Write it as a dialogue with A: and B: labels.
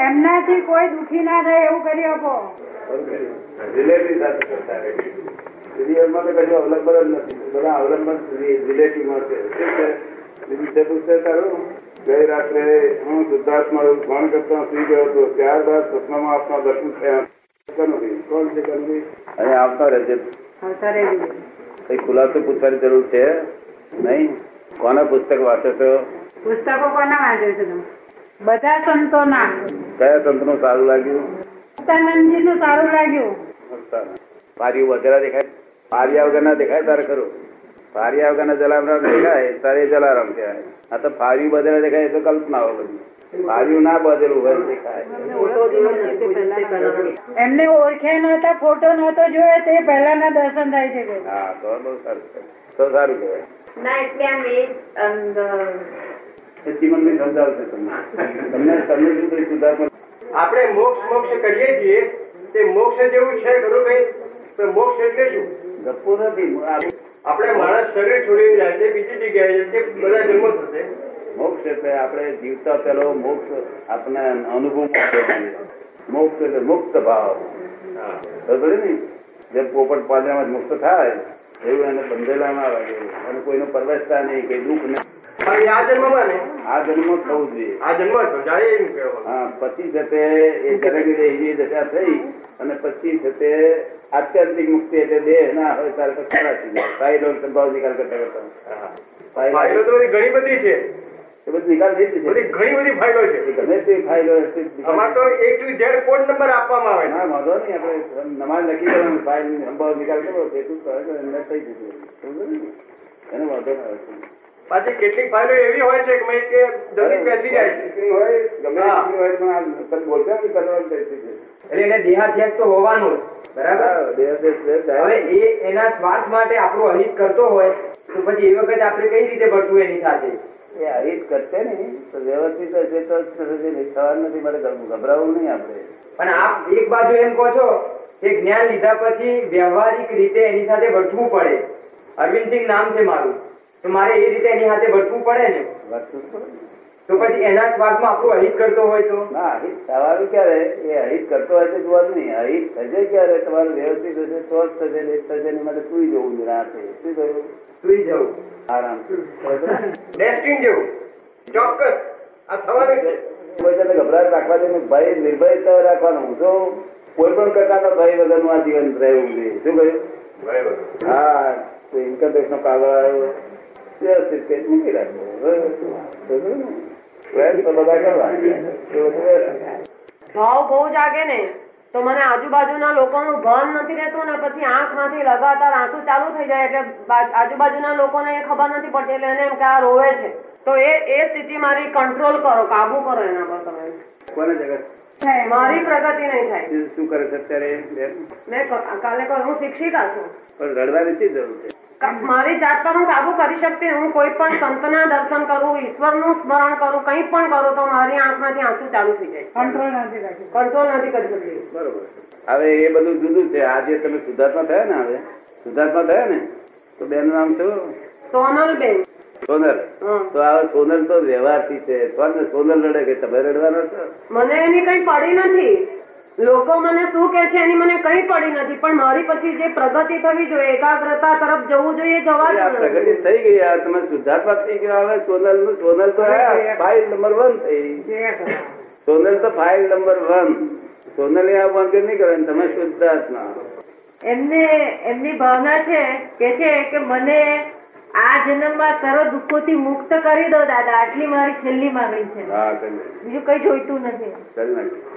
A: એમનાથી કોઈ દુખી ના થાય એવું કરી આપો
B: રિલેટિવ સાથે કરતા રહે સિરિયલમાં તો કશું અવલંબન જ નથી બધા અવલંબન રિલેટિવમાં છે શું છે બીજું છે પુસ્તક તારું ગઈ રાત્રે હું શુદ્ધાત્મા ભણ કરતા સુઈ ગયો હતો ત્યારબાદ સપનામાં આપના દર્શન થયા કનુભાઈ કોણ છે કનુભાઈ અને આવતા રહેશે
A: અવતારે લીધું.
B: કઈ ખુલાસો પૂછવાની જરૂર છે નહીં કોના પુસ્તક વાંચો છો
A: પુસ્તકો કોના વાંચો છો તમે બધા સંતોના
B: કયા તંત્રનું સારું લાગ્યું
A: મુક્તાનંદજી નું સારું લાગ્યું
B: પારિયું વધેલા દેખાય પારિયા વગરના દેખાય તારે ખરું પારિયા વગરના જલારામ દેખાય તારે એ જલારામ કહેવાય આ તો ફાર્યું બધેલા દેખાય એ તો કલ્પના હોય બધી ફાર્યું ના બધેલું હોય દેખાય
A: એમને ઓળખ્યા નહોતા ફોટો નહોતો જોયો તે પહેલાના દર્શન થાય છે કે
B: હા તો બહુ સારું છે. તો સારું કહેવાય
C: ના એટલે આ મેં અમ,
B: એ ચીમનભાઈ સમજાવશે તમને તમને તમને શું કઈ સુધાર પણ
D: આપણે મોક્ષ મોક્ષ કરીએ છીએ તે મોક્ષ જેવું છે ખરું ભાઈ તો મોક્ષ એટલે શું
B: ગપ્પો નથી આ
D: આપણે માણસ શરીર છોડીને જાય છે બીજી જગ્યાએ જાય છે બધા જન્મ થશે
B: મોક્ષ એટલે આપણે જીવતા પેલો મોક્ષ આપણે અનુભવ મોક્ષ એટલે મુક્ત ભાવ ખબર ને જેમ પોપટ પાંજરામાં જ મુક્ત થાય એવું એને બંધેલા ના લાગે અને કોઈનો પરવસતા નહીં કઈ દુઃખ નહીં
D: આ- આ જન્મમાં ને
B: આ જન્મ થવું જોઈએ
D: આ જન્મ તો જાય એમ કહેવાનું
B: હા પછી જતે એ જનક દેહની દશા થઈ અને પછી જતે આત્યંતિક મુક્તિ એટલે દેહ ના હોય ત્યારે તો ખરા થઈ જાય સાઈ લોક સંભાવ નિકાલ કરતા કરતા સાઈ
D: ફાઇલો તો બધી ઘણી બધી છે
B: એ બધું નિકાલ થઈ જ
D: બધી
B: જશે
D: ઘણી બધી ફાઇલો છે
B: ગમે તે ફાઇલો હશે, નિકાલ
D: અમારે તો A to Z code number આપવામાં આવે છે
B: ના વાંધો નહીં આપણે નમાજ નક્કી કરવાનું ફાઇલ સંભાવ નિકાલ કરો તે તું કરે તો એમને થઈ જશે સમજો ને? એનો વાંધો ના આવશે
D: પાછી કેટલીક ફાઇલો એવી હોય છે કે ભાઈ કે દરેક બેસી જાય છે
B: દીકરી હોય, ગમે તે દીકરી હોય, પણ આ તમે બોલતા નથી, કરવાનું કઈ છે?
E: એટલે એને દેહાધ્યાસ તો હોવાનું જ બરાબર
B: હા, દેહાદેશ છે,
E: હવે
B: સાહેબ.
E: એ એના સ્વાર્થ માટે આપણું અહિત કરતો હોય તો પછી એ વખત આપણે કઈ રીતે વર્તવું એની સાથે
B: એ હરીફ કરશે ને, તો વ્યવસ્થિત હશે તો જ થશે, નહીં થવાનું નથી, મારે ગભ- ગભરાવું નહીં આપણે.
E: પણ આપ એક બાજુ એમ કહો છો કે જ્ઞાન લીધા પછી વ્યવહારિક રીતે એની સાથે વર્તવું પડે અરવિંદસિંહ નામ છે મારું તો મારે એ રીતે એની સાથે વર્તવું પડે ને
B: વર્તવું તો નહીં.
E: તો પછી એના સ્વાર્થમાં આપણું અહિત કરતો હોય તો
B: ના, હરીફ થવાનું ક્યારે? એ હરીફ કરતો હોય તો જોવાનું નહીં. હરીફ થશે ક્યારે? તમારું વ્યવસ્થિત હશે, તો જ થશે, નહીં થશે નહીં, મારે સૂઈ જવું છે રાતે. શું કહ્યું?
E: સુઈ જવું
B: આરામ.
D: ડેસ્ટિન જેવું ચોક્કસ આ થવાનું છે
B: કોઈ તમે ગભરાટ રાખવા દે નહીં. ભય નિર્ભયતા રાખવાનું જો કોઈ પણ પ્રકારનો ભય વગરનું આ જીવન રહેવું જોઈએ શું કહ્યું
D: બરાબર
B: હા તો ઇન્કમ ટેક્સ નો કાગળ આવ્યો વ્યવસ્થિત કંઈક મૂકી રાખો બરાબર ને? પ્રયત્ન બધા કરવા એ બધું વ્યવસ્થિત.
C: ભાવ બહુ જાગે ને તો મને આજુબાજુના લોકોનું ભાન નથી રહેતું ને પછી આંખમાંથી લગાતાર આંસુ ચાલુ થઈ જાય એટલે બા- આજુબાજુના લોકોને એ ખબર નથી પડતી એટલે એને એમ કે આ રોવે છે તો એ એ સ્થિતિ મારી કંટ્રોલ કરો કાબુ કરો એના પર તમે
B: કોને જગત
C: મારી પ્રગતિ નહીં થાય
B: શું કરે છે અત્યારે બેન?
C: મેં ક- કાલે કહ્યું, હું શિક્ષિકા છું
B: પણ રડવાની શી જરૂર છે
C: ક- મારી જાત પર હું કાબુ કરી શકતી હું કોઈ પણ સંતના દર્શન કરું ઈશ્વરનું સ્મરણ કરું કંઈ પણ કરું તો મારી આંખમાંથી આંસુ ચાલુ થઈ જાય
A: કંટ્રોલ નથી રાખ્યું
C: કંટ્રોલ નથી કરી શકતી
B: બરોબર હવે એ બધું જુદું છે આજે તમે સુધાર્થમાં થયા ને હવે સુધાર્થમાં થયા ને તો બેનનું નામ શું
C: સોનલ બેન
B: સોનલ
C: હમ.
B: તો આ સોનલ તો વ્યવહારથી છે સોનલ સોનલ રડે કે તમે રડવાના છો
C: મને એની કઈ પડી નથી લોકો મને શું કે છે એની મને કઈ પડી નથી પણ મારી પછી જે પ્રગતિ થવી જોઈએ એકાગ્રતા તરફ જવું જોઈએ જવા
B: આ પ્રગતિ થઈ ગઈ આ તમે સુધાર્થમાં થઈ ગયા હવે સોનલ નું સોનલ તો ફાઇલ નંબર વન થઈ
A: જે કરો.
B: સોનલ તો ફાઇલ નંબર વન સોનલ એ આ વંગ નહીં કરે ને તમે શુદ્ધાત્મા
C: એમને એમની ભાવના છે કે છે કે મને આ જન્મમાં સર્વ દુઃખોથી મુક્ત કરી દો દાદા આટલી મારી છેલ્લી માંગણી છે
B: હા કરી નાખ્યું.
C: બીજું કઈ જોઈતું નથી
B: કરી નાખ્યું